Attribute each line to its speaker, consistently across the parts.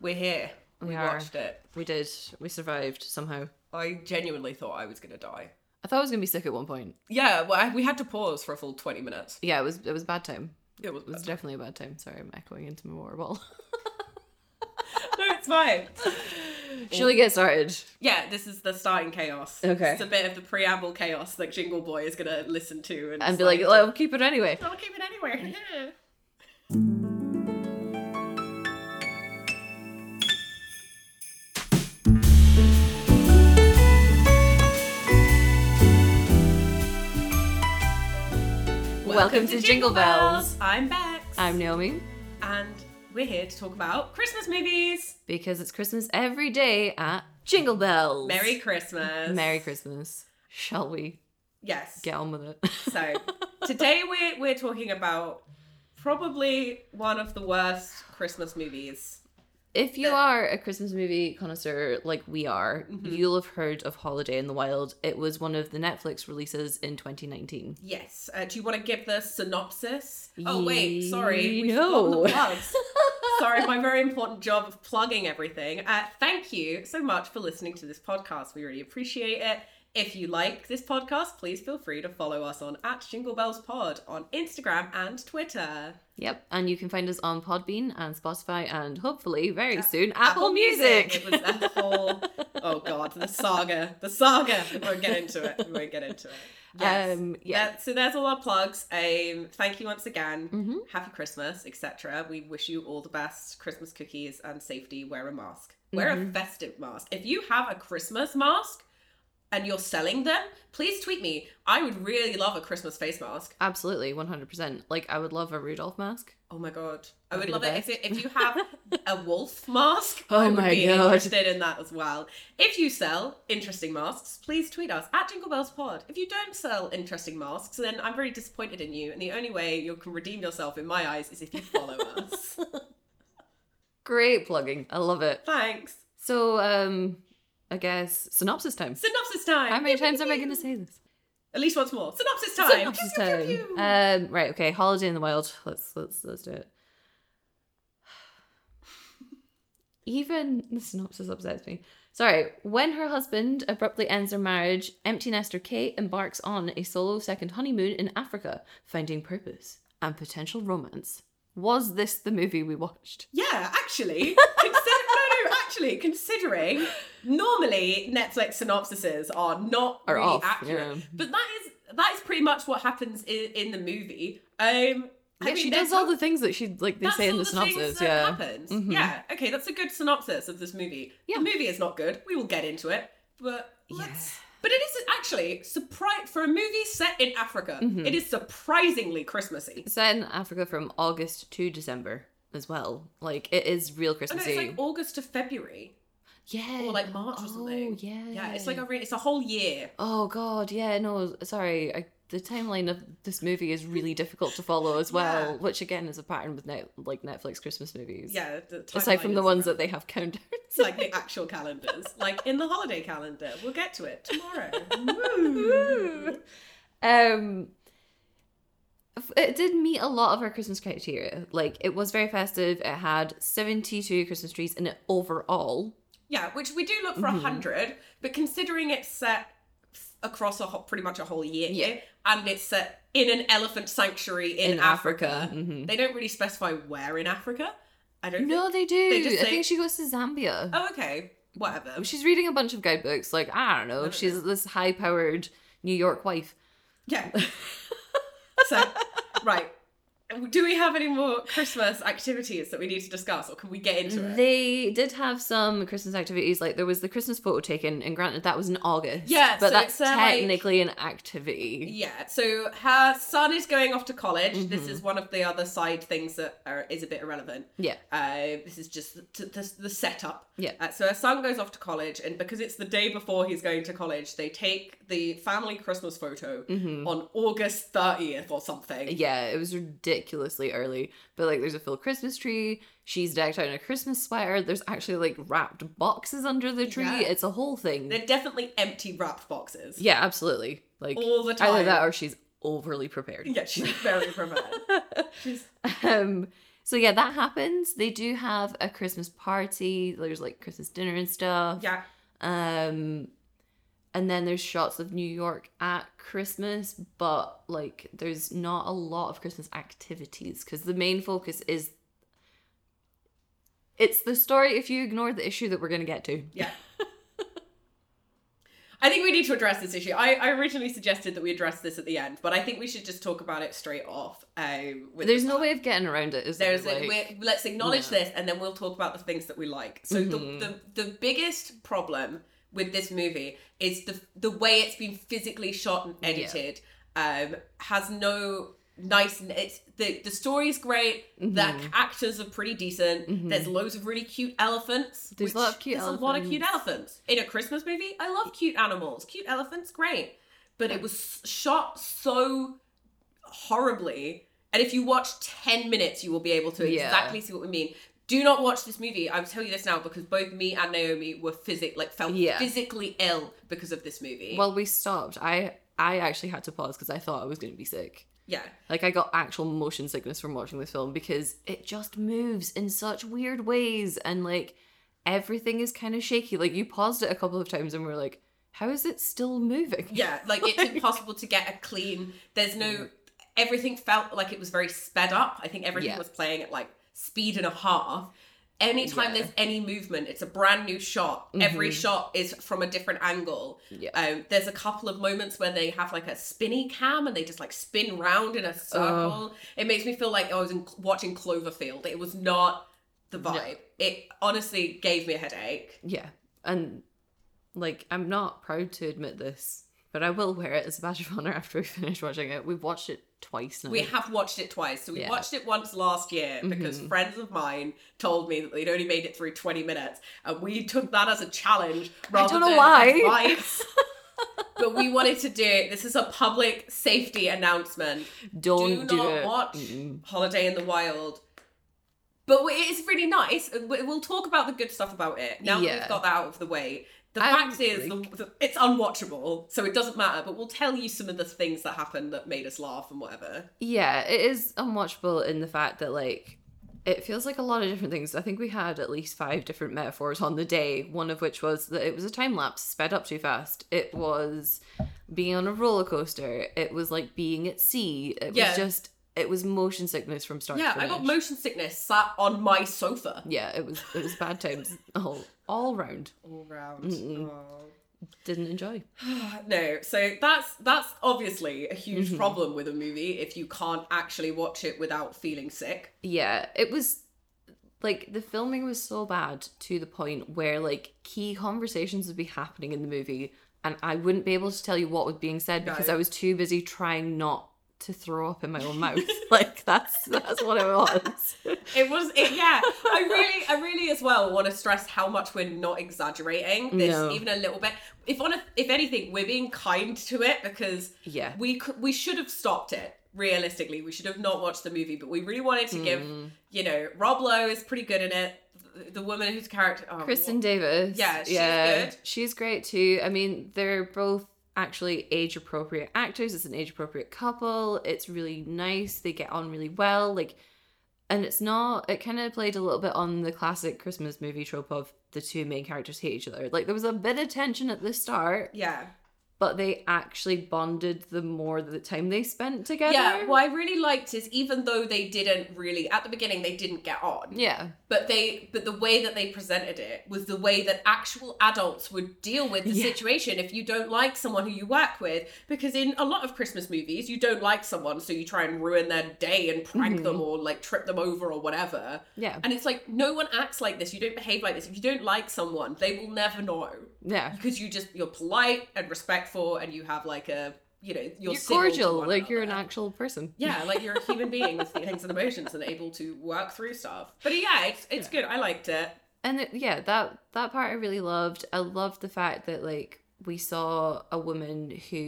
Speaker 1: We're here. We,
Speaker 2: We are.
Speaker 1: watched it.
Speaker 2: We did. We survived somehow.
Speaker 1: I genuinely thought I was going to die.
Speaker 2: I thought I was gonna be sick at one point.
Speaker 1: Yeah, well, I, we had to pause for a full 20 minutes.
Speaker 2: Yeah, it was. It was a bad time.
Speaker 1: It was,
Speaker 2: It was definitely a bad time. Sorry, I'm echoing into my water bottle.
Speaker 1: no, it's fine.
Speaker 2: Shall we get started?
Speaker 1: Yeah, this is the starting chaos.
Speaker 2: Okay.
Speaker 1: It's a bit of the preamble chaos that Jingle Boy is going to listen to and,
Speaker 2: And be like,
Speaker 1: decide
Speaker 2: "Well, we'll keep it anyway.
Speaker 1: to- I'll keep it anywhere. Yeah.
Speaker 2: Welcome, to, Jingle Bells.
Speaker 1: I'm Bex.
Speaker 2: I'm Naomi
Speaker 1: and we're here to talk about Christmas movies.
Speaker 2: because it's Christmas every day at Jingle Bells.
Speaker 1: Merry Christmas.
Speaker 2: Merry Christmas. Shall we
Speaker 1: Yes.
Speaker 2: get on with it?
Speaker 1: So today we're we're talking about probably one of the worst Christmas movies.
Speaker 2: If you
Speaker 1: that-
Speaker 2: are a Christmas movie connoisseur like we are, you'll have heard of Holiday in the Wild. It was one of the Netflix releases in 2019.
Speaker 1: Yes. Uh, do you want to give the synopsis? Oh wait, sorry, we
Speaker 2: Ye-
Speaker 1: forgot
Speaker 2: no.
Speaker 1: the plugs. sorry, my very important job of plugging everything. Uh, thank you so much for listening to this podcast. We really appreciate it. If you like this podcast, please feel free to follow us on at Jingle Bells Pod on Instagram and Twitter.
Speaker 2: Yep, and you can find us on Podbean and Spotify and hopefully very
Speaker 1: Uh,
Speaker 2: soon Apple, Music.
Speaker 1: It was that whole oh god, the saga, the saga. We won't get into it. We won't get into it. Yes.
Speaker 2: Um, yeah.
Speaker 1: That- so there's all our plugs. Um, thank you once again.
Speaker 2: Mhm.
Speaker 1: Happy Christmas, etc. We wish you all the best Christmas cookies and safety. Wear a mask. Wear a
Speaker 2: Mhm.
Speaker 1: festive mask. If you have a Christmas mask and you're selling them, please tweet me. I would really love a Christmas face mask.
Speaker 2: Absolutely, 100%. Like, I would love a Rudolph mask.
Speaker 1: Oh my god, I
Speaker 2: That'd
Speaker 1: would
Speaker 2: be
Speaker 1: love
Speaker 2: the
Speaker 1: it if, it if you have a wolf mask.
Speaker 2: Oh
Speaker 1: I would
Speaker 2: my
Speaker 1: be
Speaker 2: God.
Speaker 1: interested in that as well. If you sell interesting masks, please tweet us at Jingle Bells Pod. If you don't sell interesting masks, then I'm very disappointed in you. And the only way you can redeem yourself in my eyes is if you follow us.
Speaker 2: Great plugging. I love it.
Speaker 1: Thanks.
Speaker 2: So, um, I guess synopsis time.
Speaker 1: Synopsis time.
Speaker 2: How many times am I going to say this?
Speaker 1: At least once more. Synopsis time.
Speaker 2: Synopsis
Speaker 1: Pew, pew, pew,
Speaker 2: time.
Speaker 1: pew.
Speaker 2: Um, right. Okay. Holiday in the Wild. Let's let's let's do it. Even the synopsis upsets me. Sorry. When her husband abruptly ends their marriage, empty nester Kate embarks on a solo second honeymoon in Africa, finding purpose and potential romance. Was this the movie we watched?
Speaker 1: Yeah, actually, consider- no, no, actually, considering normally Netflix synopsises are not
Speaker 2: Are
Speaker 1: really
Speaker 2: off,
Speaker 1: accurate,
Speaker 2: yeah.
Speaker 1: but that is that is pretty much what happens in, in the movie. Um, I
Speaker 2: Yeah,
Speaker 1: mean,
Speaker 2: she
Speaker 1: there's
Speaker 2: does all
Speaker 1: no-
Speaker 2: the things that she like. They
Speaker 1: that's
Speaker 2: say in
Speaker 1: all
Speaker 2: the
Speaker 1: things
Speaker 2: synopsis.
Speaker 1: that
Speaker 2: Yeah.
Speaker 1: happens.
Speaker 2: Mhm.
Speaker 1: Yeah, okay, that's a good synopsis of this movie.
Speaker 2: Yeah.
Speaker 1: The movie is not good. We will get into it, but
Speaker 2: Yeah.
Speaker 1: let's. But it is actually surprise for a movie set in Africa.
Speaker 2: Mhm.
Speaker 1: It is surprisingly Christmassy.
Speaker 2: set in Africa from August to December as well. Like it is real
Speaker 1: Oh, no,
Speaker 2: Christmassy.
Speaker 1: it's like August to February.
Speaker 2: yeah.
Speaker 1: or like March or something.
Speaker 2: Oh yeah.
Speaker 1: Yeah, it's like a re- it's a whole year.
Speaker 2: Oh god, yeah. No, sorry. I, the timeline of this movie is really difficult to follow as well,
Speaker 1: Yeah.
Speaker 2: which again is a pattern with net, like Netflix Christmas movies.
Speaker 1: Yeah, the
Speaker 2: Aside from
Speaker 1: timeline
Speaker 2: the
Speaker 1: is around.
Speaker 2: ones that they have countdowns.
Speaker 1: like the actual calendars, like in the holiday calendar. We'll get to it tomorrow. Woo.
Speaker 2: Woo. um f- it did meet a lot of our christmas criteria like it was very festive it had 72 christmas trees in it overall
Speaker 1: yeah, which we do look for a
Speaker 2: Mhm.
Speaker 1: hundred, but considering it's set f- across a whole, pretty much a whole year,
Speaker 2: Yeah.
Speaker 1: and it's set in an elephant sanctuary in, Africa,
Speaker 2: Mhm.
Speaker 1: they don't really specify where in Africa. I don't. Know.
Speaker 2: No, they do.
Speaker 1: They just
Speaker 2: I
Speaker 1: say-
Speaker 2: think she goes to Zambia.
Speaker 1: Oh, okay. Whatever.
Speaker 2: She's reading a bunch of guidebooks. Like I don't know.
Speaker 1: don't
Speaker 2: She's this high-powered New York wife.
Speaker 1: Yeah. so, right. Do we have any more Christmas activities that we need to discuss, or can we get into it?
Speaker 2: They did have some Christmas activities. Like there was the Christmas photo taken, and granted that was in August.
Speaker 1: Yeah,
Speaker 2: but
Speaker 1: so
Speaker 2: that's
Speaker 1: it's, uh, like-
Speaker 2: technically an activity.
Speaker 1: Yeah, so her son is going off to college. This
Speaker 2: Mhm.
Speaker 1: is one of the other side things that are, is a bit irrelevant.
Speaker 2: Yeah.
Speaker 1: Uh, this is just t- t- the setup.
Speaker 2: Yeah.
Speaker 1: Uh, so her son goes off to college, and because it's the day before he's going to college, they take the family Christmas photo
Speaker 2: hmm
Speaker 1: on August 30th or something.
Speaker 2: Yeah, it was ridiculously early. But like, there's a full Christmas tree. She's decked out in a Christmas sweater. There's actually like wrapped boxes under the tree.
Speaker 1: Yeah.
Speaker 2: It's a whole thing.
Speaker 1: They're definitely empty wrapped boxes.
Speaker 2: Yeah, absolutely. Like
Speaker 1: All the time.
Speaker 2: either that or she's overly prepared.
Speaker 1: Yeah, she's very prepared. she's
Speaker 2: um So yeah, that happens. They do have a Christmas party. There's like Christmas dinner and stuff.
Speaker 1: Yeah.
Speaker 2: Um and then there's shots of New York at Christmas, but like there's not a lot of Christmas activities because the main focus is it's the story if you ignore the issue that we're going to get to.
Speaker 1: Yeah. I think we need to address this issue. I, I originally suggested that we address this at the end, but I think we should just talk about it straight off. Um, with
Speaker 2: There's
Speaker 1: the
Speaker 2: no
Speaker 1: plot.
Speaker 2: way of getting around it, is there?
Speaker 1: There's a,
Speaker 2: Like-
Speaker 1: we're, let's acknowledge
Speaker 2: no.
Speaker 1: this, and then we'll talk about the things that we like. So the,
Speaker 2: Mhm.
Speaker 1: the the biggest problem with this movie is the the way it's been physically shot and
Speaker 2: Yeah.
Speaker 1: edited. Um, has no nice. It's the the story's great.
Speaker 2: Mhm.
Speaker 1: The actors are pretty decent.
Speaker 2: Mhm.
Speaker 1: There's loads of really cute elephants.
Speaker 2: There's a lot of cute
Speaker 1: There's a lot of cute elephants in a Christmas movie. I love cute animals. Cute elephants, great. But it was shot so horribly, and if you watch ten minutes, you will be able to
Speaker 2: Yeah.
Speaker 1: exactly see what we mean. Do not watch this movie. I'll tell you this now because both me and Naomi were physic like felt
Speaker 2: Yeah.
Speaker 1: physically ill because of this movie.
Speaker 2: Well, we stopped. I I actually had to pause because I thought I was going to be sick.
Speaker 1: yeah,
Speaker 2: Like I got actual motion sickness from watching this film because it just moves in such weird ways and like everything is kind of shaky. Like you paused it a couple of times and we are like, how is it still moving?
Speaker 1: yeah, like it's impossible to get a clean. There's no everything felt like it was very sped up. I think everything
Speaker 2: Yeah.
Speaker 1: was playing at like speed and a half. Anytime
Speaker 2: Yeah.
Speaker 1: there's any movement, it's a brand new shot. Every
Speaker 2: Mhm.
Speaker 1: shot is from a different angle.
Speaker 2: Yeah.
Speaker 1: Um, there's a couple of moments where they have like a spinny cam and they just like spin round in a circle. It makes me feel like I was in, watching Cloverfield. It was not the
Speaker 2: No.
Speaker 1: vibe. It honestly gave me a headache.
Speaker 2: Yeah. And like I'm not proud to admit this, but I will wear it as a badge of honor after we finish watching it. We've watched it twice now.
Speaker 1: We have watched it twice. So we
Speaker 2: Yeah.
Speaker 1: watched it once last year because
Speaker 2: Mhm.
Speaker 1: friends of mine told me that they'd only made it through 20 minutes and we took that as a challenge rather
Speaker 2: don't know
Speaker 1: than
Speaker 2: why.
Speaker 1: advice. but we wanted to do this is a public safety announcement do
Speaker 2: Don't do,
Speaker 1: not
Speaker 2: it.
Speaker 1: watch
Speaker 2: Mm-mm.
Speaker 1: Holiday in the Wild. But it is really nice. We- We'll talk about the good stuff about it now that
Speaker 2: Yeah.
Speaker 1: we've got that out of the way. The
Speaker 2: I
Speaker 1: fact is, the,
Speaker 2: like-
Speaker 1: the- it's unwatchable, so it doesn't matter. But we'll tell you some of the things that happened that made us laugh and whatever.
Speaker 2: Yeah, it is unwatchable in the fact that like it feels like a lot of different things. I think we had at least five different metaphors on the day, one of which was that it was a time lapse sped up too fast. It was being on a roller coaster. It was like being at sea. It
Speaker 1: Yeah.
Speaker 2: was just it was motion sickness from start
Speaker 1: yeah,
Speaker 2: to
Speaker 1: I
Speaker 2: finish.
Speaker 1: got motion sickness sat on my sofa.
Speaker 2: yeah, it was it was bad times all all round.
Speaker 1: All round. Oh.
Speaker 2: Mm-mm. Didn't enjoy.
Speaker 1: no, so that's that's obviously a huge
Speaker 2: Mhm.
Speaker 1: problem with a movie if you can't actually watch it without feeling sick.
Speaker 2: Yeah, it was like the filming was so bad to the point where like key conversations would be happening in the movie and I wouldn't be able to tell you what was being said because
Speaker 1: Right.
Speaker 2: I was too busy trying not to throw up in my own mouth. like that's that's what it was.
Speaker 1: It was, it, yeah. I really, I really as well want to stress how much we're not exaggerating this
Speaker 2: No.
Speaker 1: even a little bit. If on, a, if anything, we're being kind to it because
Speaker 2: Yeah.
Speaker 1: we could, we should have stopped it. Realistically, we should have not watched the movie, but we really wanted to give,
Speaker 2: Mm.
Speaker 1: you know, Rob Lowe is pretty good in it. The, the woman whose character, oh,
Speaker 2: Kristen Davis.
Speaker 1: Yeah, she's good.
Speaker 2: She's great too. I mean, they're both actually age appropriate actors. It's an age appropriate couple. It's really nice. They get on really well. Like, and it's not, it kind of played a little bit on the classic Christmas movie trope of the two main characters hate each other. Like, there was a bit of tension at the start,
Speaker 1: yeah,
Speaker 2: but they actually bonded the more the time they spent together.
Speaker 1: yeah. What I really liked is even though they didn't really at the beginning, they didn't get on.
Speaker 2: Yeah.
Speaker 1: but they but the way that they presented it was the way that actual adults would deal with the
Speaker 2: Yeah.
Speaker 1: situation if you don't like someone who you work with because in a lot of christmas movies you don't like someone so you try and ruin their day and prank
Speaker 2: Mm-hmm.
Speaker 1: them or like trip them over or whatever
Speaker 2: Yeah.
Speaker 1: and it's like no one acts like this you don't behave like this if you don't like someone they will never know
Speaker 2: Yeah.
Speaker 1: because you just you're polite and respectful and you have like a you know you're,
Speaker 2: You're
Speaker 1: civil to
Speaker 2: cordial.
Speaker 1: one
Speaker 2: Like, you're an
Speaker 1: another.
Speaker 2: actual person.
Speaker 1: Yeah, like you're a human being with feelings and emotions and able to work through stuff. But yeah, it's it's good. I liked it.
Speaker 2: and it, yeah that that part i really loved i loved the fact that like we saw a woman who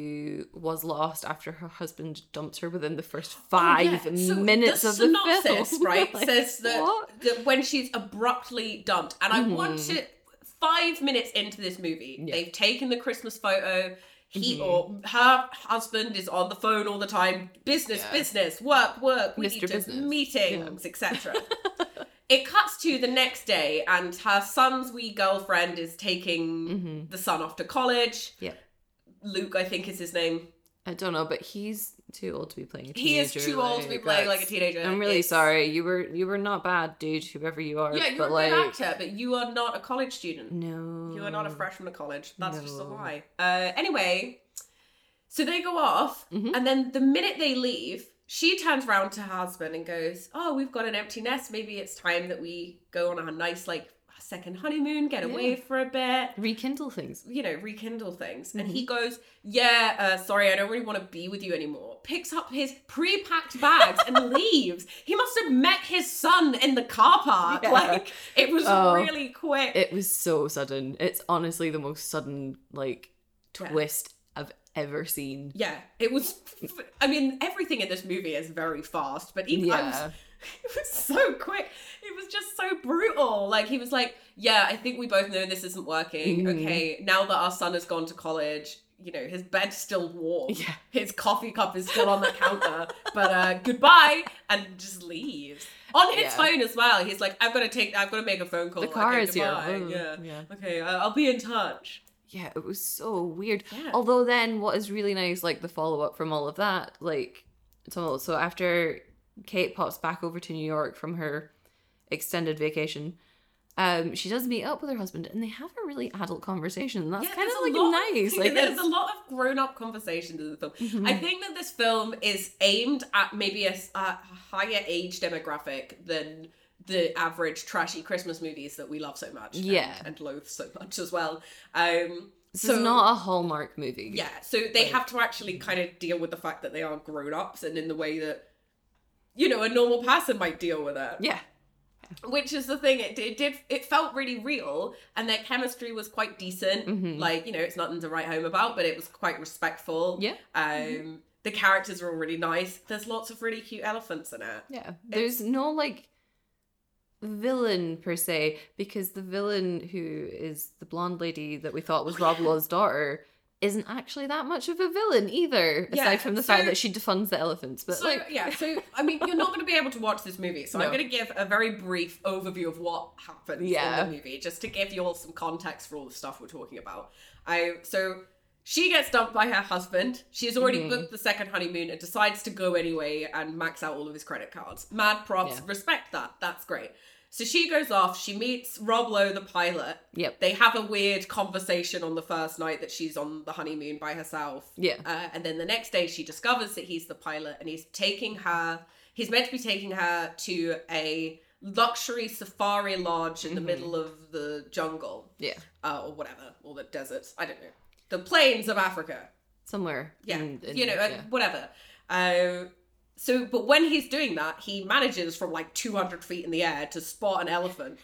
Speaker 2: was lost after her husband dumped her within the first
Speaker 1: Five
Speaker 2: five minutes of the
Speaker 1: synopsis,
Speaker 2: film.
Speaker 1: right?
Speaker 2: Like,
Speaker 1: says that,
Speaker 2: what?
Speaker 1: that when she's abruptly dumped, and I want
Speaker 2: Mhm.
Speaker 1: to. Five minutes into this movie,
Speaker 2: Yeah.
Speaker 1: they've taken the Christmas photo. He
Speaker 2: Mhm.
Speaker 1: or her husband is on the phone all the time. Business,
Speaker 2: Yeah.
Speaker 1: business, work, work. We
Speaker 2: Mr.
Speaker 1: need to-
Speaker 2: Business.
Speaker 1: meetings, etc. it cuts to the next day, and her son's wee girlfriend is taking
Speaker 2: hmm
Speaker 1: the son off to college.
Speaker 2: Yep.
Speaker 1: Luke, I think is his name.
Speaker 2: I don't know, but he's too old to be playing. A
Speaker 1: He is
Speaker 2: teenager,
Speaker 1: too old to be
Speaker 2: like,
Speaker 1: playing like a
Speaker 2: that's-
Speaker 1: teenager.
Speaker 2: I'm really
Speaker 1: It's-
Speaker 2: sorry. You were you were not bad, dude. Whoever you are,
Speaker 1: Yeah, you're
Speaker 2: but
Speaker 1: a
Speaker 2: like,
Speaker 1: good actor, but you are not a college student.
Speaker 2: No,
Speaker 1: You are not a freshman at college. That's just a
Speaker 2: Mm. No.
Speaker 1: lie. Uh, anyway, so they go off,
Speaker 2: Mhm.
Speaker 1: and then the minute they leave, she turns round to her husband and goes, "Oh, we've got an empty nest. Maybe it's time that we go on a nice like second honeymoon, get
Speaker 2: Yeah.
Speaker 1: away for a bit."
Speaker 2: Rekindle things.
Speaker 1: you know, rekindle things. And he
Speaker 2: Mm-hmm.
Speaker 1: goes, Yeah, uh, sorry, I don't really want to be with you anymore. Picks up his pre packed bags and leaves. He must have met his son in the car park.
Speaker 2: Yeah.
Speaker 1: Like, it was
Speaker 2: Oh.
Speaker 1: really quick.
Speaker 2: It was so sudden. It's honestly the most sudden like
Speaker 1: Yeah.
Speaker 2: twist I've ever seen.
Speaker 1: yeah, it was. I mean, everything in this movie is very fast, but even I was
Speaker 2: Yeah,
Speaker 1: It was so quick. It was just so brutal. Like he was like, "Yeah, I think we both know this isn't working.
Speaker 2: Mhm.
Speaker 1: Okay, now that our son has gone to college, you know his bed's still warm.
Speaker 2: Yeah.
Speaker 1: His coffee cup is still on the counter. But uh, goodbye, and just leaves on his
Speaker 2: Yeah.
Speaker 1: phone as well. He's like, "I've got to take. I've got to make a phone call.
Speaker 2: the car
Speaker 1: okay,
Speaker 2: is here.
Speaker 1: goodbye.
Speaker 2: Oh,
Speaker 1: Yeah.
Speaker 2: yeah,
Speaker 1: Okay, I- I'll be in touch. Oh,
Speaker 2: yeah. It was so weird.
Speaker 1: Yeah.
Speaker 2: Although then, what is really nice, like the follow up from all of that, like so, so after Kate pops back over to New York from her extended vacation, um, she does meet up with her husband, and they have a really adult conversation. and That's
Speaker 1: Yeah,
Speaker 2: kind
Speaker 1: there's
Speaker 2: of
Speaker 1: a
Speaker 2: like
Speaker 1: lot
Speaker 2: nice, like
Speaker 1: there's a lot of grown-up conversations in the film.
Speaker 2: Mhm.
Speaker 1: I think that this film is aimed at maybe a, s- a higher age demographic than the average trashy Christmas movies that we love so much. and-
Speaker 2: Yeah.
Speaker 1: And, loathe so much as well. Um,
Speaker 2: this
Speaker 1: so-
Speaker 2: is not a Hallmark movie.
Speaker 1: yeah, so they
Speaker 2: Like-
Speaker 1: have to actually kind of deal with the fact that they are grown ups and in the way that, you know, a normal person might deal with it.
Speaker 2: yeah,
Speaker 1: Which is the thing, it, it did, it felt really real and their chemistry was quite decent.
Speaker 2: Mhm.
Speaker 1: Like, you know, it's nothing to write home about, but it was quite respectful.
Speaker 2: yeah,
Speaker 1: Um, The characters are all really nice. There's lots of really cute elephants in it.
Speaker 2: yeah. There's no like villain per se because the villain who is the blonde lady that we thought was
Speaker 1: Oh,
Speaker 2: Rob
Speaker 1: yeah.
Speaker 2: Lowe's daughter isn't actually that much of a villain either
Speaker 1: Yeah,
Speaker 2: aside from the
Speaker 1: so-
Speaker 2: fact that she defunds the elephants but
Speaker 1: so
Speaker 2: like
Speaker 1: yeah, so I mean, you're not going to be able to watch this movie, so I'm
Speaker 2: No.
Speaker 1: going to give a very brief overview of what happens
Speaker 2: Yeah.
Speaker 1: in the movie, just to give you all some context for all the stuff we're talking about. I so she gets dumped by her husband. She has already
Speaker 2: Mhm.
Speaker 1: booked the second honeymoon and decides to go anyway and max out all of his credit cards. Mad props,
Speaker 2: Yeah.
Speaker 1: respect that. That's great. So she goes off. She meets Rob Lowe, the pilot.
Speaker 2: yep
Speaker 1: They have a weird conversation on the first night that she's on the honeymoon by herself.
Speaker 2: yeah
Speaker 1: Uh, and then the next day, she discovers that he's the pilot and he's taking her, he's meant to be taking her to a luxury safari lodge in the
Speaker 2: Mhm.
Speaker 1: middle of the jungle
Speaker 2: yeah
Speaker 1: uh, or whatever, or the deserts. I don't know. The plains of Africa.
Speaker 2: somewhere
Speaker 1: Yeah.
Speaker 2: in- Mm, in-
Speaker 1: you know, uh,
Speaker 2: yeah.
Speaker 1: whatever. Uh, so, but when he's doing that, he manages from like 200 feet in the air to spot an elephant.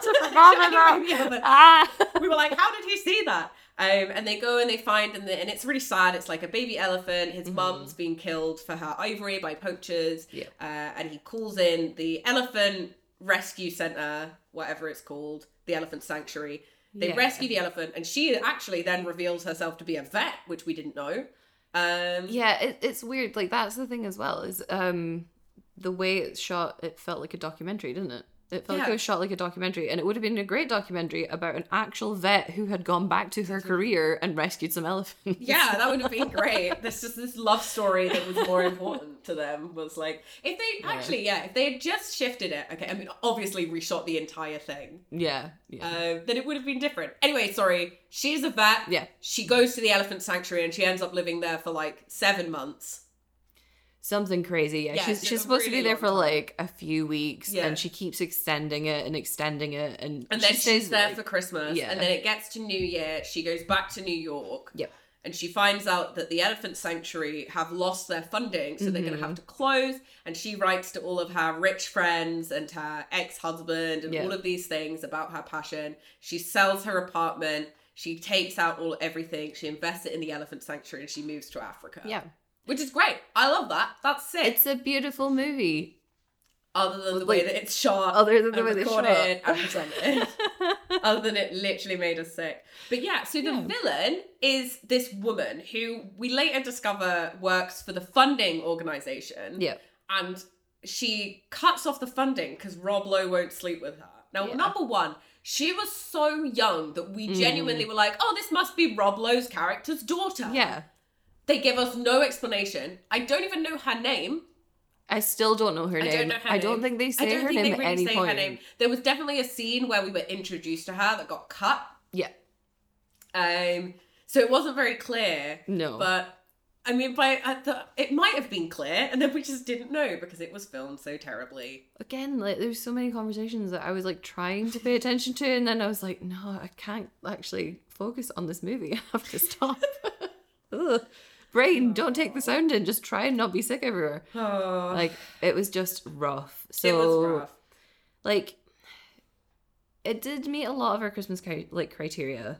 Speaker 1: Yeah, but-
Speaker 2: ah
Speaker 1: we were like, how did he see that? Um, and they go and they find, and, the, and it's really sad. It's like a baby elephant. His
Speaker 2: Mhm.
Speaker 1: mum's being killed for her ivory by poachers.
Speaker 2: Yeah.
Speaker 1: Uh, and he calls in the elephant rescue center, whatever it's called, the elephant sanctuary. They
Speaker 2: Yeah.
Speaker 1: rescue the elephant, and she actually then reveals herself to be a vet, which we didn't know. Um,
Speaker 2: yeah it, it's weird like that's the thing as well is um the way it's shot it felt like a documentary didn't it it felt like
Speaker 1: Yeah.
Speaker 2: it was shot like a documentary and it would have been a great documentary about an actual vet who had gone back to her career and rescued some elephants
Speaker 1: Yeah, that would have been great. This just this love story that was more important to them was like if they
Speaker 2: Yeah.
Speaker 1: actually yeah if they had just shifted it okay I mean obviously reshot the entire thing
Speaker 2: yeah yeah
Speaker 1: uh, then it would have been different. Anyway, sorry. She's a vet.
Speaker 2: Yeah.
Speaker 1: She goes to the elephant sanctuary and she ends up living there for like seven months.
Speaker 2: something crazy yeah,
Speaker 1: Yeah, it's
Speaker 2: she's,
Speaker 1: been a
Speaker 2: she's supposed to
Speaker 1: really
Speaker 2: be there
Speaker 1: long
Speaker 2: for
Speaker 1: time.
Speaker 2: like a few weeks
Speaker 1: Yeah.
Speaker 2: and she keeps extending it and extending it and,
Speaker 1: And then
Speaker 2: she
Speaker 1: she's
Speaker 2: stays
Speaker 1: there
Speaker 2: like-
Speaker 1: for Christmas.
Speaker 2: Yeah.
Speaker 1: And then it gets to New Year. She goes back to New York.
Speaker 2: Yep.
Speaker 1: And she finds out that the elephant sanctuary have lost their funding, so they're going
Speaker 2: Mhm.
Speaker 1: to have to close. And she writes to all of her rich friends and her ex husband and
Speaker 2: Yeah.
Speaker 1: all of these things about her passion. She sells her apartment. She takes out all everything. She invests it in the elephant sanctuary and she moves to Africa.
Speaker 2: yeah
Speaker 1: which is great. I love that. That's sick.
Speaker 2: it's a beautiful movie
Speaker 1: other than the
Speaker 2: Like,
Speaker 1: way that it's shot,
Speaker 2: Other than the
Speaker 1: and
Speaker 2: way they shot.
Speaker 1: recorded and presented. other than it literally made us sick. But yeah, so the
Speaker 2: Yeah.
Speaker 1: villain is this woman who we later discover works for the funding organization.
Speaker 2: Yeah.
Speaker 1: And she cuts off the funding because Rob Lowe won't sleep with her. Now,
Speaker 2: Yeah.
Speaker 1: number one, she was so young that we
Speaker 2: Mm.
Speaker 1: genuinely were like, oh, this must be Rob Lowe's character's daughter.
Speaker 2: yeah.
Speaker 1: They give us no explanation. I don't even know her name.
Speaker 2: I still don't know her
Speaker 1: I
Speaker 2: name.
Speaker 1: don't know her
Speaker 2: I don't
Speaker 1: name.
Speaker 2: think they say
Speaker 1: I don't
Speaker 2: her
Speaker 1: think
Speaker 2: name
Speaker 1: they
Speaker 2: at
Speaker 1: really
Speaker 2: any
Speaker 1: say
Speaker 2: point.
Speaker 1: her name. There was definitely a scene where we were introduced to her that got cut.
Speaker 2: Yeah.
Speaker 1: Um. So it wasn't very clear,
Speaker 2: No.
Speaker 1: but I mean, by at the, it might have been clear, and then we just didn't know because it was filmed so terribly.
Speaker 2: Again, like there's so many conversations that I was like trying to pay attention to, and then I was like, no, I can't actually focus on this movie. I have to stop. Ugh. Brain, don't take the sound in. Just try and not be sick everywhere.
Speaker 1: Oh,
Speaker 2: Like it was just rough. So
Speaker 1: it was rough.
Speaker 2: like it did meet a lot of our Christmas cri- like criteria.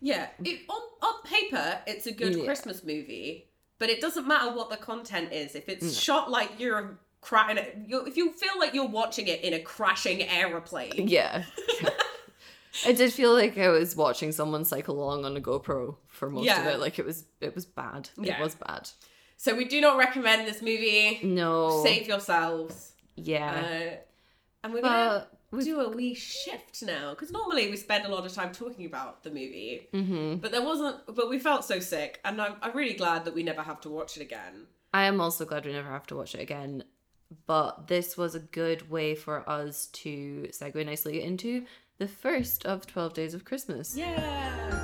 Speaker 1: Yeah. It, on on paper, it's a good
Speaker 2: Yeah.
Speaker 1: Christmas movie, but it doesn't matter what the content is. If it's
Speaker 2: No.
Speaker 1: shot like you're a cra- in a- you if you feel like you're watching it in a crashing aeroplane,
Speaker 2: Yeah. I did feel like I was watching someone cycle along on a GoPro for most of
Speaker 1: Yeah.
Speaker 2: it. Like it was it was bad. It
Speaker 1: Yeah.
Speaker 2: was bad.
Speaker 1: so we do not recommend this movie.
Speaker 2: No.
Speaker 1: Save yourselves.
Speaker 2: Oh. Yeah.
Speaker 1: Uh, and we're gonna
Speaker 2: but we
Speaker 1: do a wee shift now because normally we spend a lot of time talking about the movie,
Speaker 2: mhm.
Speaker 1: but there wasn't. But we felt so sick, and I'm, I'm really glad that we never have to watch it again.
Speaker 2: I am also glad we never have to watch it again. But this was a good way for us to segue nicely into the first of 12 Days of Christmas.
Speaker 1: Yeah.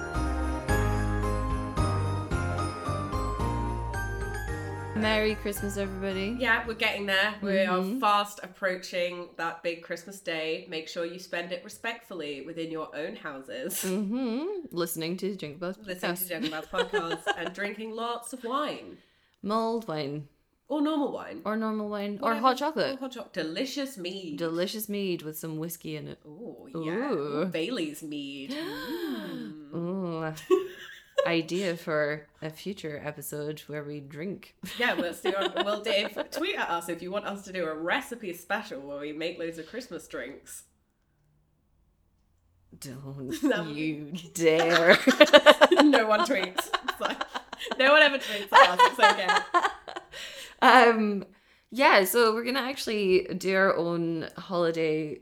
Speaker 2: Merry Christmas, everybody.
Speaker 1: Yeah, we're getting there. We are
Speaker 2: Mhm.
Speaker 1: fast approaching that big Christmas day. Make sure you spend it respectfully within your own houses,
Speaker 2: Mm-hmm. Listening to Jingle Bells.
Speaker 1: listening to
Speaker 2: podcast.
Speaker 1: Jenny Mouth podcast, and drinking lots of wine
Speaker 2: Mulled wine,
Speaker 1: or normal wine
Speaker 2: or normal wine, or
Speaker 1: Whatever-
Speaker 2: hot chocolate.
Speaker 1: or hot chocolate. Delicious mead.
Speaker 2: Delicious mead with some whiskey in it.
Speaker 1: Oh yeah,
Speaker 2: Ooh.
Speaker 1: Ooh, Bailey's mead. Mm.
Speaker 2: Ooh. Idea for a future episode where we drink.
Speaker 1: yeah, we'll see. On, well, Dave, tweet at us if you want us to do a recipe special where we make loads of Christmas drinks.
Speaker 2: Don't
Speaker 1: That would
Speaker 2: you dare.
Speaker 1: no one tweets. It's like- no one ever tweets at us. It's okay.
Speaker 2: um yeah, so we're gonna actually do our own holiday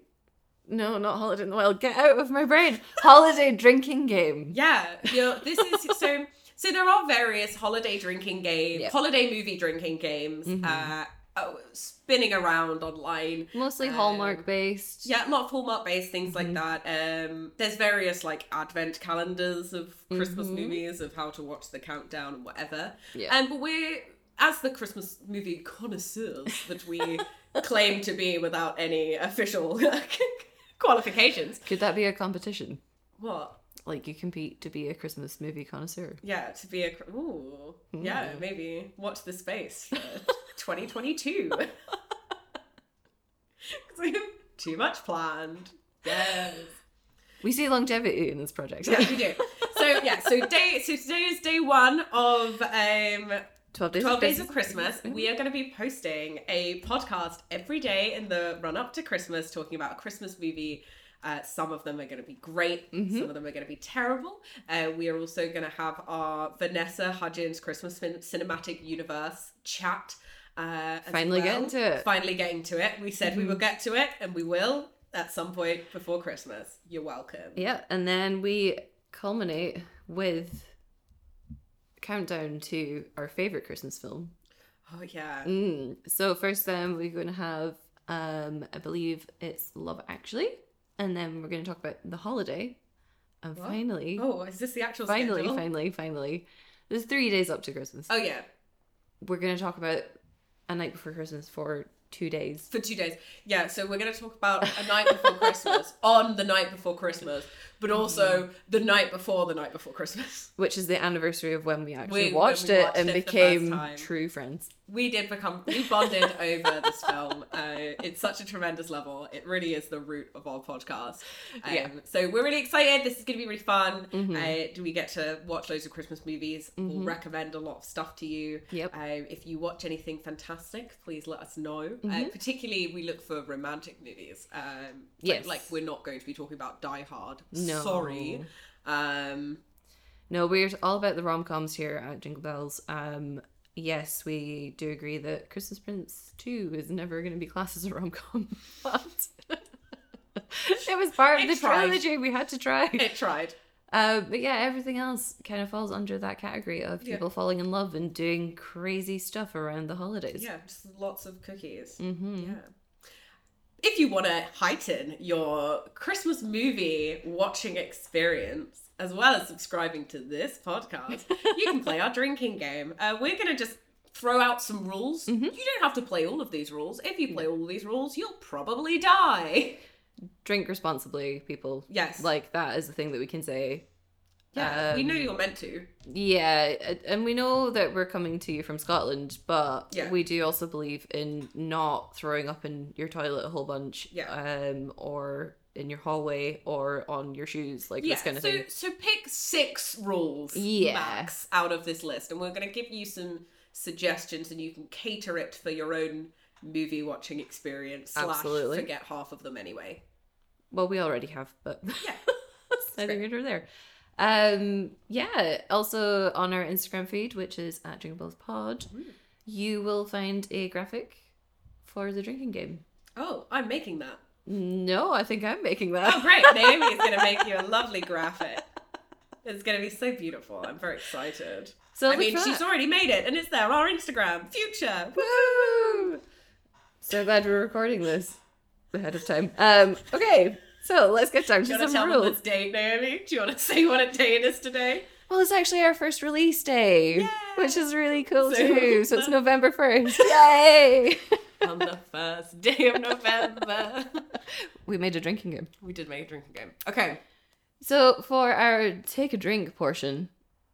Speaker 2: no, not holiday in the wild. Get out of my brain. Holiday drinking game.
Speaker 1: Yeah, you're, this is so. So there are various holiday drinking games,
Speaker 2: Yep.
Speaker 1: holiday movie drinking games,
Speaker 2: Mhm.
Speaker 1: uh, oh, spinning around online.
Speaker 2: Mostly
Speaker 1: Um,
Speaker 2: Hallmark based.
Speaker 1: Yeah, a lot of Hallmark based things
Speaker 2: Mm-hmm.
Speaker 1: like that. Um, there's various like advent calendars of Christmas
Speaker 2: Mhm.
Speaker 1: movies of how to watch the countdown and whatever.
Speaker 2: Yeah.
Speaker 1: Um, but we're as the Christmas movie connoisseurs that we claim to be without any official qualifications.
Speaker 2: Could that be a competition?
Speaker 1: What?
Speaker 2: Like you compete to be a Christmas movie connoisseur.
Speaker 1: Yeah, to be a cr- ooh. Yeah,
Speaker 2: Mm.
Speaker 1: maybe watch the space. For 2022. 'Cause we have too much planned. Yes.
Speaker 2: We see longevity in this project.
Speaker 1: Yeah, we do. So yeah, so day so today is day one of um
Speaker 2: 12 days,
Speaker 1: twelve
Speaker 2: of,
Speaker 1: days of Christmas.
Speaker 2: Mhm.
Speaker 1: We are going to be posting a podcast every day in the run up to Christmas, talking about a Christmas movie. Uh, some of them are going to be great.
Speaker 2: Mhm.
Speaker 1: Some of them are going to be terrible. Uh, we are also going to have our Vanessa Hudgens Christmas Cin- Cinematic Universe chat. Uh, as
Speaker 2: Finally
Speaker 1: well.
Speaker 2: getting to it.
Speaker 1: Finally getting to it. We said we
Speaker 2: Mhm.
Speaker 1: will get to it, and we will at some point before Christmas. You're welcome.
Speaker 2: Yeah, and then we culminate with countdown to our favorite Christmas film.
Speaker 1: Oh yeah.
Speaker 2: Mm. So first, then we're going to have, um, I believe it's Love Actually, and then we're going to talk about The Holiday, and
Speaker 1: What?
Speaker 2: finally,
Speaker 1: Oh, is this the actual
Speaker 2: finally,
Speaker 1: schedule?
Speaker 2: finally, finally, there's three days up to Christmas.
Speaker 1: Oh yeah,
Speaker 2: We're going to talk about a night before Christmas for two days.
Speaker 1: for two days. Yeah, so we're going to talk about a night before Christmas on the night before Christmas, but also the night before the night before Christmas.
Speaker 2: which is the anniversary of when we actually
Speaker 1: When- when
Speaker 2: watched
Speaker 1: we
Speaker 2: it
Speaker 1: watched
Speaker 2: and
Speaker 1: it for the first
Speaker 2: became
Speaker 1: time.
Speaker 2: true friends.
Speaker 1: We did become we bonded over this film. Uh, it's such a tremendous level. It really is the root of our podcast. Um,
Speaker 2: Yeah.
Speaker 1: So we're really excited. This is going to be really fun.
Speaker 2: Mhm.
Speaker 1: Uh, do we get to watch loads of Christmas movies? We'll
Speaker 2: Mhm.
Speaker 1: recommend a lot of stuff to you.
Speaker 2: Yep.
Speaker 1: Um, if you watch anything fantastic, please let us know. Uh,
Speaker 2: Mhm.
Speaker 1: particularly, we look for romantic movies. Um, but,
Speaker 2: Yes.
Speaker 1: Like, we're not going to be talking about Die Hard.
Speaker 2: No.
Speaker 1: Sorry. Um,
Speaker 2: No, we're all about the rom coms here at Jingle Bells. Um, yes, we do agree that Christmas Prince 2 is never going to be classed as a rom com, but it was part of
Speaker 1: It
Speaker 2: the
Speaker 1: tried.
Speaker 2: trilogy. We had to try.
Speaker 1: it tried.
Speaker 2: Uh, but yeah, everything else kind of falls under that category of
Speaker 1: Yeah.
Speaker 2: people falling in love and doing crazy stuff around the holidays.
Speaker 1: Yeah, just lots of cookies.
Speaker 2: Mm-hmm.
Speaker 1: Yeah. If you want to heighten your Christmas movie watching experience, as well as subscribing to this podcast, you can play our drinking game. Uh, we're going to just throw out some rules.
Speaker 2: Mhm.
Speaker 1: You don't have to play all of these rules. If you play all of these rules, you'll probably die.
Speaker 2: Drink responsibly, people.
Speaker 1: Yes.
Speaker 2: Like, that is the thing that we can say.
Speaker 1: yeah, we know
Speaker 2: um,
Speaker 1: you're meant to.
Speaker 2: Yeah, a- and we know that we're coming to you from Scotland, but
Speaker 1: Yeah.
Speaker 2: we do also believe in not throwing up in your toilet a whole bunch,
Speaker 1: Yeah.
Speaker 2: um, or in your hallway or on your shoes, like
Speaker 1: yeah,
Speaker 2: this kind of
Speaker 1: so,
Speaker 2: thing.
Speaker 1: So pick six rules
Speaker 2: Yeah.
Speaker 1: max out of this list, and we're going to give you some suggestions, and you can cater it for your own movie watching experience.
Speaker 2: Absolutely.
Speaker 1: Slash, forget half of them anyway.
Speaker 2: Well, we already have, but
Speaker 1: Yeah.
Speaker 2: neither here nor there. Um, yeah. Also on our Instagram feed, which is at Drinkables Pod,
Speaker 1: Mm.
Speaker 2: you will find a graphic for the drinking game.
Speaker 1: Oh, I'm making that.
Speaker 2: No, I think I'm making that.
Speaker 1: Oh, great! Naomi is going to make you a lovely graphic. It's going to be so beautiful. I'm very excited.
Speaker 2: So
Speaker 1: I
Speaker 2: look
Speaker 1: mean,
Speaker 2: for
Speaker 1: she's
Speaker 2: that.
Speaker 1: already made it, and it's there on our Instagram. Future.
Speaker 2: Woo! So glad we're recording this ahead of time. Um, okay, so let's get down
Speaker 1: Do you want
Speaker 2: to
Speaker 1: to
Speaker 2: some
Speaker 1: tell them
Speaker 2: rules.
Speaker 1: this date, Naomi? Do you want to say what a day it is today?
Speaker 2: Well, it's actually our first release day,
Speaker 1: Yay!
Speaker 2: which is really cool
Speaker 1: So-
Speaker 2: too. So it's November first. Yay!
Speaker 1: on the first day of November.
Speaker 2: we made a drinking game.
Speaker 1: we did make a drinking game. Okay.
Speaker 2: So for our take a drink portion,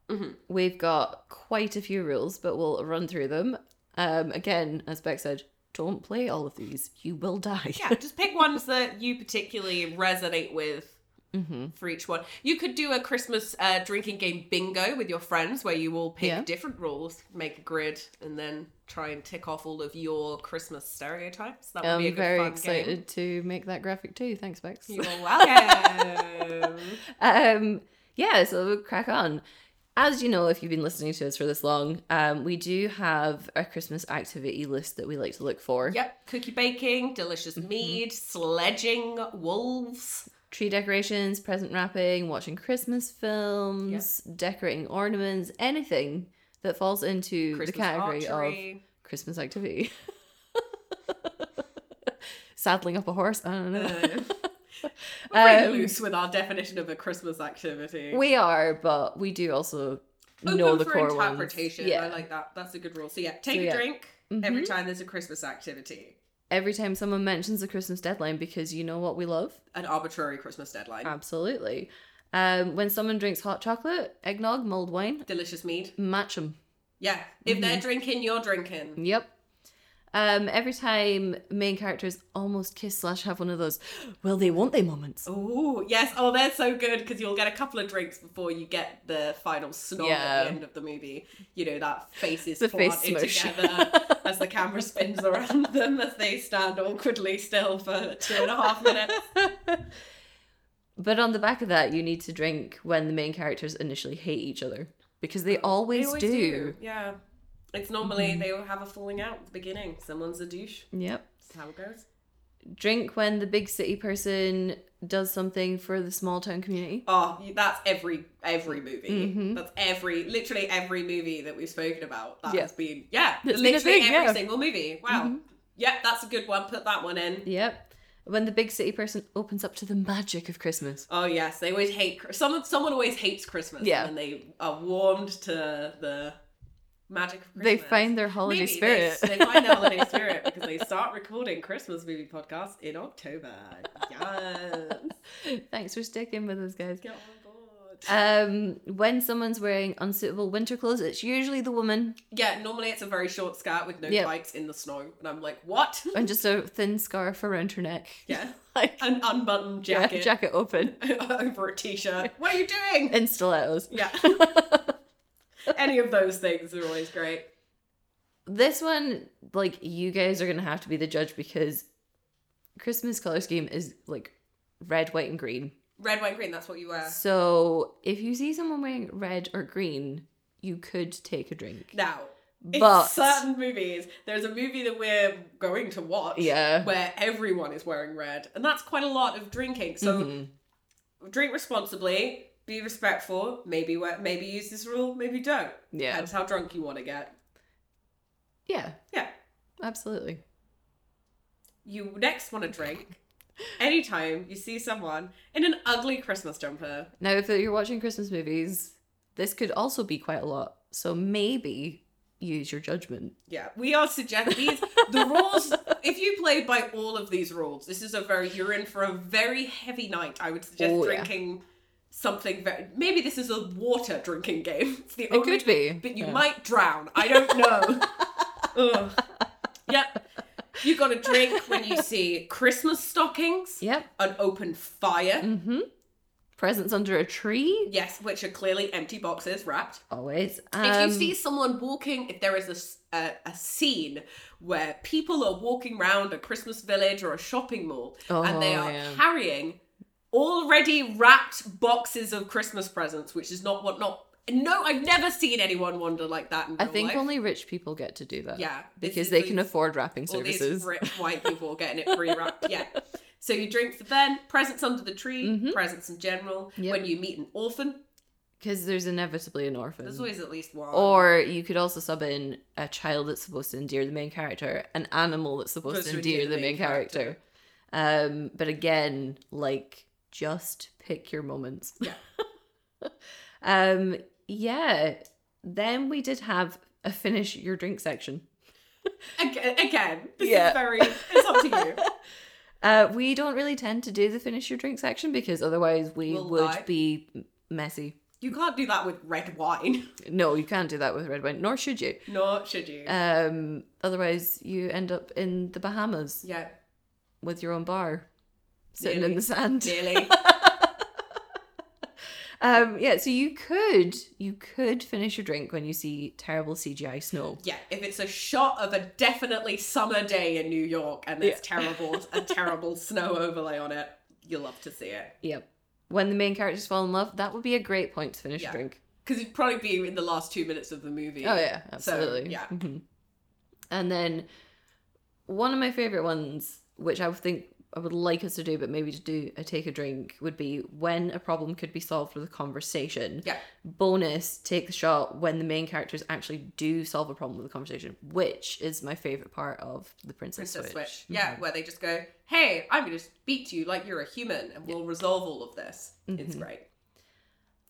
Speaker 1: Mhm.
Speaker 2: we've got quite a few rules, but we'll run through them. Um, again, as Beck said, don't play all of these; you will die.
Speaker 1: Yeah, just pick ones that you particularly resonate with
Speaker 2: hmm
Speaker 1: for each one. You could do a Christmas uh, drinking game bingo with your friends where you all pick
Speaker 2: Yeah.
Speaker 1: different rules, make a grid, and then try and tick off all of your Christmas stereotypes. That would be a
Speaker 2: I'm
Speaker 1: good
Speaker 2: very
Speaker 1: fun game.
Speaker 2: excited to make that graphic too. Thanks, Bex.
Speaker 1: You're welcome.
Speaker 2: um yeah so we'll crack on as you know if you've been listening to us for this long um we do have a christmas activity list that we like to look for
Speaker 1: yep, cookie baking, delicious mead, sledging, wolves.
Speaker 2: tree decorations present wrapping watching christmas films decorating ornaments anything that falls into
Speaker 1: Christmas
Speaker 2: the category
Speaker 1: archery.
Speaker 2: of christmas activity saddling up a horse i don't know
Speaker 1: Uh, we're pretty
Speaker 2: Um,
Speaker 1: loose with our definition of a Christmas activity.
Speaker 2: we are but we do also
Speaker 1: Open
Speaker 2: know the
Speaker 1: for
Speaker 2: core ones.
Speaker 1: interpretation. I like that. That's a good rule. So yeah, take
Speaker 2: So,
Speaker 1: a
Speaker 2: yeah. Mm-hmm.
Speaker 1: drink every time there's a Christmas activity.
Speaker 2: every time someone mentions a Christmas deadline because you know what we love?
Speaker 1: An arbitrary Christmas deadline.
Speaker 2: Absolutely. Um, when someone drinks hot chocolate, eggnog, mulled wine,
Speaker 1: Delicious mead.
Speaker 2: match them.
Speaker 1: Yeah.
Speaker 2: mm-hmm.
Speaker 1: If they're drinking, you're drinking.
Speaker 2: Yep. Um, every time main characters almost kiss slash have one of those, well, they want their moments.
Speaker 1: Oh yes. Oh, they're so good because you'll get a couple of drinks before you get the final snog at
Speaker 2: Yeah.
Speaker 1: the end of the movie. You know that faces
Speaker 2: The face
Speaker 1: planted
Speaker 2: smush.
Speaker 1: together as the camera spins around them as they stand awkwardly still for two and a half minutes.
Speaker 2: But on the back of that, you need to drink when the main characters initially hate each other because they always, do. Mm-hmm.
Speaker 1: Yeah. It's normally they will have a falling out at the beginning. Someone's a douche.
Speaker 2: Yep.
Speaker 1: That's how it goes.
Speaker 2: Drink when the big city person does something for the small town community.
Speaker 1: Oh, you- that's every every movie.
Speaker 2: Mhm.
Speaker 1: That's every literally every movie that we've spoken about. That
Speaker 2: Yeah.
Speaker 1: has been yeah,
Speaker 2: That's been a
Speaker 1: literally
Speaker 2: thing,
Speaker 1: every
Speaker 2: yeah. Mm-hmm.
Speaker 1: single movie. Wow. Yep, that's a good one. Put that one in.
Speaker 2: Yep. When the big city person opens up to the magic of Christmas.
Speaker 1: Oh yes, they always hate Chris- someone. Someone always hates Christmas.
Speaker 2: Yeah.
Speaker 1: and they are warmed to the magic. of Christmas.
Speaker 2: They find their holiday
Speaker 1: Maybe they-
Speaker 2: spirit.
Speaker 1: They, find their holiday spirit because they start recording Christmas movie podcasts in October. Yes.
Speaker 2: Thanks for sticking with us, guys.
Speaker 1: Get on board.
Speaker 2: Um, when someone's wearing unsuitable winter clothes, it's usually the woman
Speaker 1: yeah, normally it's a very short skirt with no
Speaker 2: Yeah.
Speaker 1: bikes in the snow, and I'm like, what?
Speaker 2: and just a thin scarf around her neck.
Speaker 1: Yeah,
Speaker 2: like
Speaker 1: an unbuttoned
Speaker 2: yeah,
Speaker 1: jacket
Speaker 2: jacket open
Speaker 1: over a t-shirt. What are you doing?
Speaker 2: in stilettos.
Speaker 1: yeah, any of those things are always great.
Speaker 2: this one, like you guys are gonna have to be the judge because Christmas color scheme is like red, white, and green.
Speaker 1: Red, white, green. That's what you wear.
Speaker 2: So if you see someone wearing red or green, you could take a drink.
Speaker 1: Now,
Speaker 2: but
Speaker 1: in certain movies, there's a movie that we're going to watch
Speaker 2: yeah,
Speaker 1: where everyone is wearing red, and that's quite a lot of drinking. So
Speaker 2: Mhm.
Speaker 1: drink responsibly, be respectful. Maybe wear, maybe use this rule, maybe don't.
Speaker 2: yeah,
Speaker 1: Depends how drunk you want to get.
Speaker 2: yeah,
Speaker 1: Yeah.
Speaker 2: absolutely.
Speaker 1: You next want to drink anytime you see someone in an ugly Christmas jumper.
Speaker 2: Now, if you're watching Christmas movies, this could also be quite a lot. So maybe use your judgment.
Speaker 1: Yeah, we are suggesting these the rules. If you played by all of these rules, this is a very you're in for a very heavy night. I would suggest
Speaker 2: Oh, yeah.
Speaker 1: drinking something very. Maybe this is a water drinking game. It's the
Speaker 2: It
Speaker 1: only,
Speaker 2: could be,
Speaker 1: but you
Speaker 2: yeah.
Speaker 1: might drown. I don't know. Ugh. Yep, you got to drink when you see Christmas stockings,
Speaker 2: Yep.
Speaker 1: an open fire.
Speaker 2: Mm-hmm. Presents under a tree.
Speaker 1: Yes, which are clearly empty boxes wrapped.
Speaker 2: Always. Um,
Speaker 1: If you see someone walking, if there is a s- a, a scene where people are walking around a Christmas village or a shopping mall
Speaker 2: oh,
Speaker 1: and they are
Speaker 2: yeah.
Speaker 1: carrying already wrapped boxes of Christmas presents, which is not what not. No, I've never seen anyone wander like that in
Speaker 2: I
Speaker 1: real
Speaker 2: think
Speaker 1: life.
Speaker 2: only rich people get to do that.
Speaker 1: yeah, this
Speaker 2: Because
Speaker 1: is
Speaker 2: they
Speaker 1: the-
Speaker 2: can afford wrapping
Speaker 1: all these
Speaker 2: services.
Speaker 1: rich white people getting it pre-wrapped. Yeah. So you drink for them, presents under the tree,
Speaker 2: Mhm.
Speaker 1: presents in general.
Speaker 2: Yep.
Speaker 1: When you meet an orphan,
Speaker 2: Because there's inevitably an orphan.
Speaker 1: there's always at least one.
Speaker 2: Or you could also sub in a child that's supposed to endear the main character, an animal that's supposed to endear the, main character. Um, but again, like just pick your moments.
Speaker 1: Yeah.
Speaker 2: um, yeah. Then we did have a finish your drink section.
Speaker 1: again, again this
Speaker 2: Yeah.
Speaker 1: is very. It's up to you.
Speaker 2: Uh, we don't really tend to do the finish your drink section because otherwise we
Speaker 1: We'll
Speaker 2: would
Speaker 1: die.
Speaker 2: be messy.
Speaker 1: You can't do that with red wine,
Speaker 2: No, you can't do that with red wine, nor should you.
Speaker 1: nor should you.
Speaker 2: Um, otherwise you end up in the Bahamas.
Speaker 1: yeah,
Speaker 2: with your own bar sitting in
Speaker 1: Nearly.
Speaker 2: the sand.
Speaker 1: nearly.
Speaker 2: Um yeah, so you could you could finish your drink when you see terrible CGI snow.
Speaker 1: yeah, if it's a shot of a definitely summer day in New York and there's
Speaker 2: Yeah.
Speaker 1: terrible, a terrible snow overlay on it, you love to see it.
Speaker 2: Yep. When the main characters fall in love, that would be a great point to finish
Speaker 1: Yeah.
Speaker 2: your drink.
Speaker 1: Because it'd probably be in the last two minutes of the movie.
Speaker 2: Oh yeah, absolutely.
Speaker 1: yeah.
Speaker 2: Mhm. And then one of my favorite ones, which I would think I would like us to do, but maybe to do a take a drink, would be when a problem could be solved with a conversation.
Speaker 1: Yeah.
Speaker 2: Bonus, take the shot when the main characters actually do solve a problem with a conversation, which is my favorite part of the Princess,
Speaker 1: Princess Switch. Mm-hmm.
Speaker 2: Switch. Mm-hmm.
Speaker 1: Yeah, where they just go, hey, I'm going to speak to you like you're a human and we'll resolve all of this. It's
Speaker 2: Mhm.
Speaker 1: great.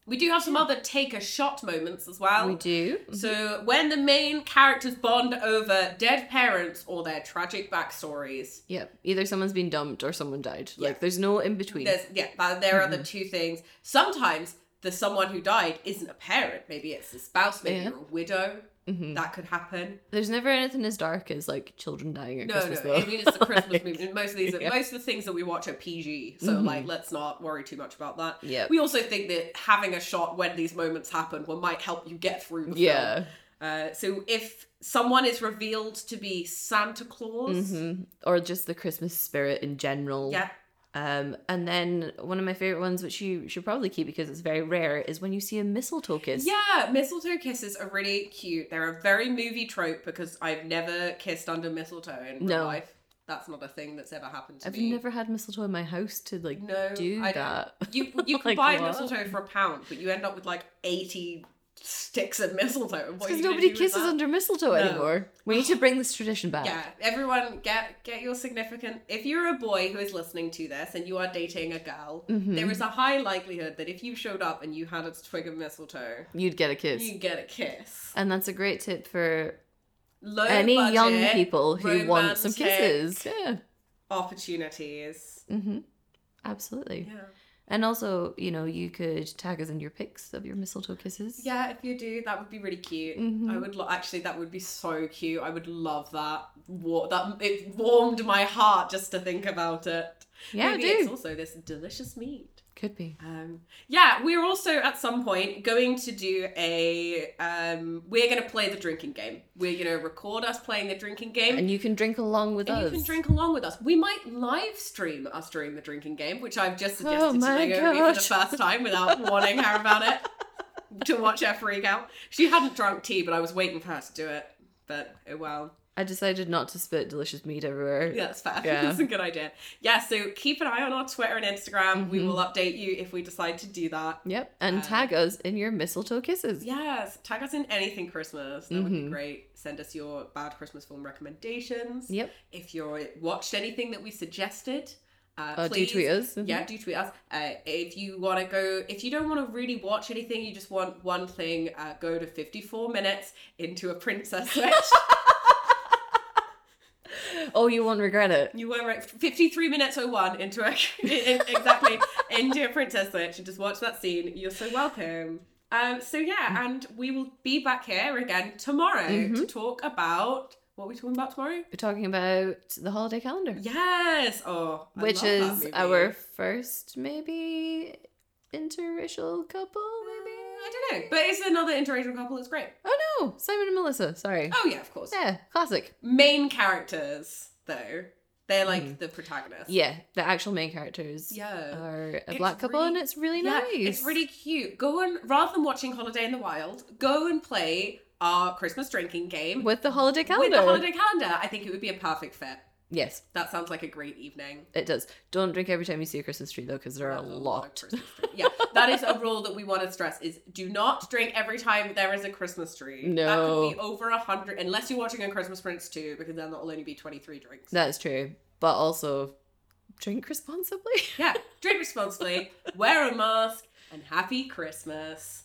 Speaker 1: We do have some other take a shot moments as well.
Speaker 2: We do.
Speaker 1: So when the main characters bond over dead parents or their tragic backstories,
Speaker 2: Yep. Either someone's been dumped or someone died.
Speaker 1: Yeah.
Speaker 2: Like there's no in between.
Speaker 1: there's yeah, that, there
Speaker 2: Mm-hmm.
Speaker 1: are the two things. Sometimes the someone who died isn't a parent. Maybe it's a spouse. Maybe
Speaker 2: Yeah.
Speaker 1: you're a widow.
Speaker 2: Mhm.
Speaker 1: That could happen.
Speaker 2: There's never anything as dark as like children dying at
Speaker 1: No,
Speaker 2: Christmas
Speaker 1: no.
Speaker 2: though.
Speaker 1: I mean, it's a Christmas movie. and Most of these, are-
Speaker 2: yeah.
Speaker 1: most of the things that we watch are PG. So
Speaker 2: Mhm.
Speaker 1: like, let's not worry too much about that.
Speaker 2: Yep.
Speaker 1: We also think that having a shot when these moments happen will might help you get through. The film.
Speaker 2: Yeah.
Speaker 1: Uh, so if someone is revealed to be Santa Claus,
Speaker 2: hmm Or just the Christmas spirit in general.
Speaker 1: yeah,
Speaker 2: Um, and then one of my favorite ones, which you should probably keep because it's very rare, is when you see a mistletoe kiss.
Speaker 1: Yeah, mistletoe kisses are really cute. They're a very movie trope because I've never kissed under mistletoe in real
Speaker 2: No.
Speaker 1: life. That's not a thing that's ever happened to
Speaker 2: I've
Speaker 1: me.
Speaker 2: never had mistletoe in my house to like
Speaker 1: no,
Speaker 2: do
Speaker 1: I don't.
Speaker 2: that.
Speaker 1: You you can
Speaker 2: Like,
Speaker 1: buy
Speaker 2: what?
Speaker 1: mistletoe for a pound, but you end up with like eighty sticks of mistletoe. What are
Speaker 2: Because
Speaker 1: you gonna
Speaker 2: nobody
Speaker 1: do with
Speaker 2: kisses
Speaker 1: that?
Speaker 2: under mistletoe
Speaker 1: No.
Speaker 2: anymore. We need to bring this tradition back.
Speaker 1: Yeah, everyone get get your significant. If you're a boy who is listening to this and you are dating a girl,
Speaker 2: Mhm.
Speaker 1: there is a high likelihood that if you showed up and you had a twig of mistletoe,
Speaker 2: You'd get a kiss.
Speaker 1: you get a kiss.
Speaker 2: And that's a great tip for
Speaker 1: Low
Speaker 2: any young
Speaker 1: budget,
Speaker 2: people who want some
Speaker 1: romantic
Speaker 2: kisses. Yeah.
Speaker 1: opportunities.
Speaker 2: hmm Mm-hmm. Absolutely.
Speaker 1: Yeah.
Speaker 2: And also, you know, you could tag us in your pics of your mistletoe kisses.
Speaker 1: Yeah, if you do, that would be really cute.
Speaker 2: Mhm.
Speaker 1: I would lo- actually, that would be so cute. I would love that. War- that it warmed my heart just to think about it.
Speaker 2: Yeah,
Speaker 1: Maybe
Speaker 2: do.
Speaker 1: It's also this delicious meat.
Speaker 2: Could be.
Speaker 1: Um, yeah, we're also at some point going to do a. Um, we're going to play the drinking game. We're going to record us playing the drinking game.
Speaker 2: And you can drink along with
Speaker 1: and
Speaker 2: us.
Speaker 1: you can drink along with us. We might live stream us during the drinking game, which I've just suggested
Speaker 2: Oh
Speaker 1: to
Speaker 2: my
Speaker 1: Naomi for the
Speaker 2: gosh.
Speaker 1: first time without warning her about it. To watch her freak out. She hadn't drunk tea, but I was waiting for her to do it. But oh well.
Speaker 2: I decided not to spit delicious meat everywhere.
Speaker 1: Yeah, that's fair.
Speaker 2: Yeah.
Speaker 1: that's a good idea. Yeah, so keep an eye on our Twitter and Instagram. We
Speaker 2: Mhm.
Speaker 1: will update you if we decide to do that.
Speaker 2: Yep. And
Speaker 1: Uh,
Speaker 2: tag us in your mistletoe kisses.
Speaker 1: Yes, tag us in anything Christmas. That would be
Speaker 2: Mhm.
Speaker 1: great. Send us your bad Christmas film recommendations.
Speaker 2: Yep.
Speaker 1: If you watched anything that we suggested, uh,
Speaker 2: Uh, do
Speaker 1: please.
Speaker 2: tweet us. Mhm.
Speaker 1: Yeah, do tweet us. Uh, if you want to go, if you don't want to really watch anything, you just want one thing, uh, go to 54 minutes into a princess switch.
Speaker 2: Oh, you won't regret it.
Speaker 1: you were right. 53 minutes 01 into a, in- exactly, into a princess switch and just watch that scene. You're so welcome. Um, so
Speaker 2: Mm.
Speaker 1: yeah, and we will be back here again tomorrow
Speaker 2: Mm-hmm.
Speaker 1: to talk about what are we talking about tomorrow?
Speaker 2: We're talking about the holiday calendar,
Speaker 1: Yes. Oh, I love
Speaker 2: which
Speaker 1: that
Speaker 2: is
Speaker 1: movie.
Speaker 2: our first maybe interracial couple. Maybe
Speaker 1: I don't know, but it's another interracial couple. It's great.
Speaker 2: Oh no, Simon and Melissa. Sorry.
Speaker 1: Oh yeah, of course.
Speaker 2: Yeah, classic.
Speaker 1: main characters though they're like
Speaker 2: Mm.
Speaker 1: the protagonists
Speaker 2: Yeah, the actual main characters
Speaker 1: yeah
Speaker 2: are a
Speaker 1: It's
Speaker 2: black couple,
Speaker 1: really-
Speaker 2: and it's really
Speaker 1: yeah
Speaker 2: Oh, nice.
Speaker 1: it's really cute go and rather than watching holiday in the wild go and play our christmas drinking game
Speaker 2: with the holiday
Speaker 1: with
Speaker 2: calendar.
Speaker 1: the holiday calendar i think it would be a perfect fit
Speaker 2: Yes,
Speaker 1: that sounds like a great evening
Speaker 2: it does. Don't drink every time you see a Christmas tree though, because there are a
Speaker 1: That's of
Speaker 2: lot.
Speaker 1: Christmas tree. yeah that is a rule that we want to stress is do not drink every time there is a christmas tree that
Speaker 2: No.
Speaker 1: could be over a hundred unless you're watching a christmas prince too because then there'll only be 23 drinks
Speaker 2: That's true, but also drink responsibly.
Speaker 1: Yeah, drink responsibly, wear a mask, and happy Christmas.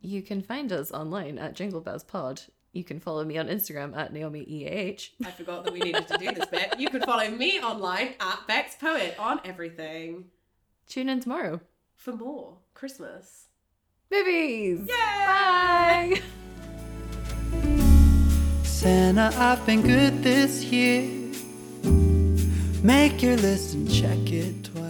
Speaker 2: You can find us online at Jingle Bells Pod. You can follow me on Instagram at Naomi E EAH.
Speaker 1: I forgot that we needed to do this bit. You can follow me online at Bex Poet on everything
Speaker 2: Tune in tomorrow.
Speaker 1: for more Christmas.
Speaker 2: Movies!
Speaker 1: Yay!
Speaker 2: Bye!
Speaker 3: Santa, I've been good this year. Make your list and check it twice.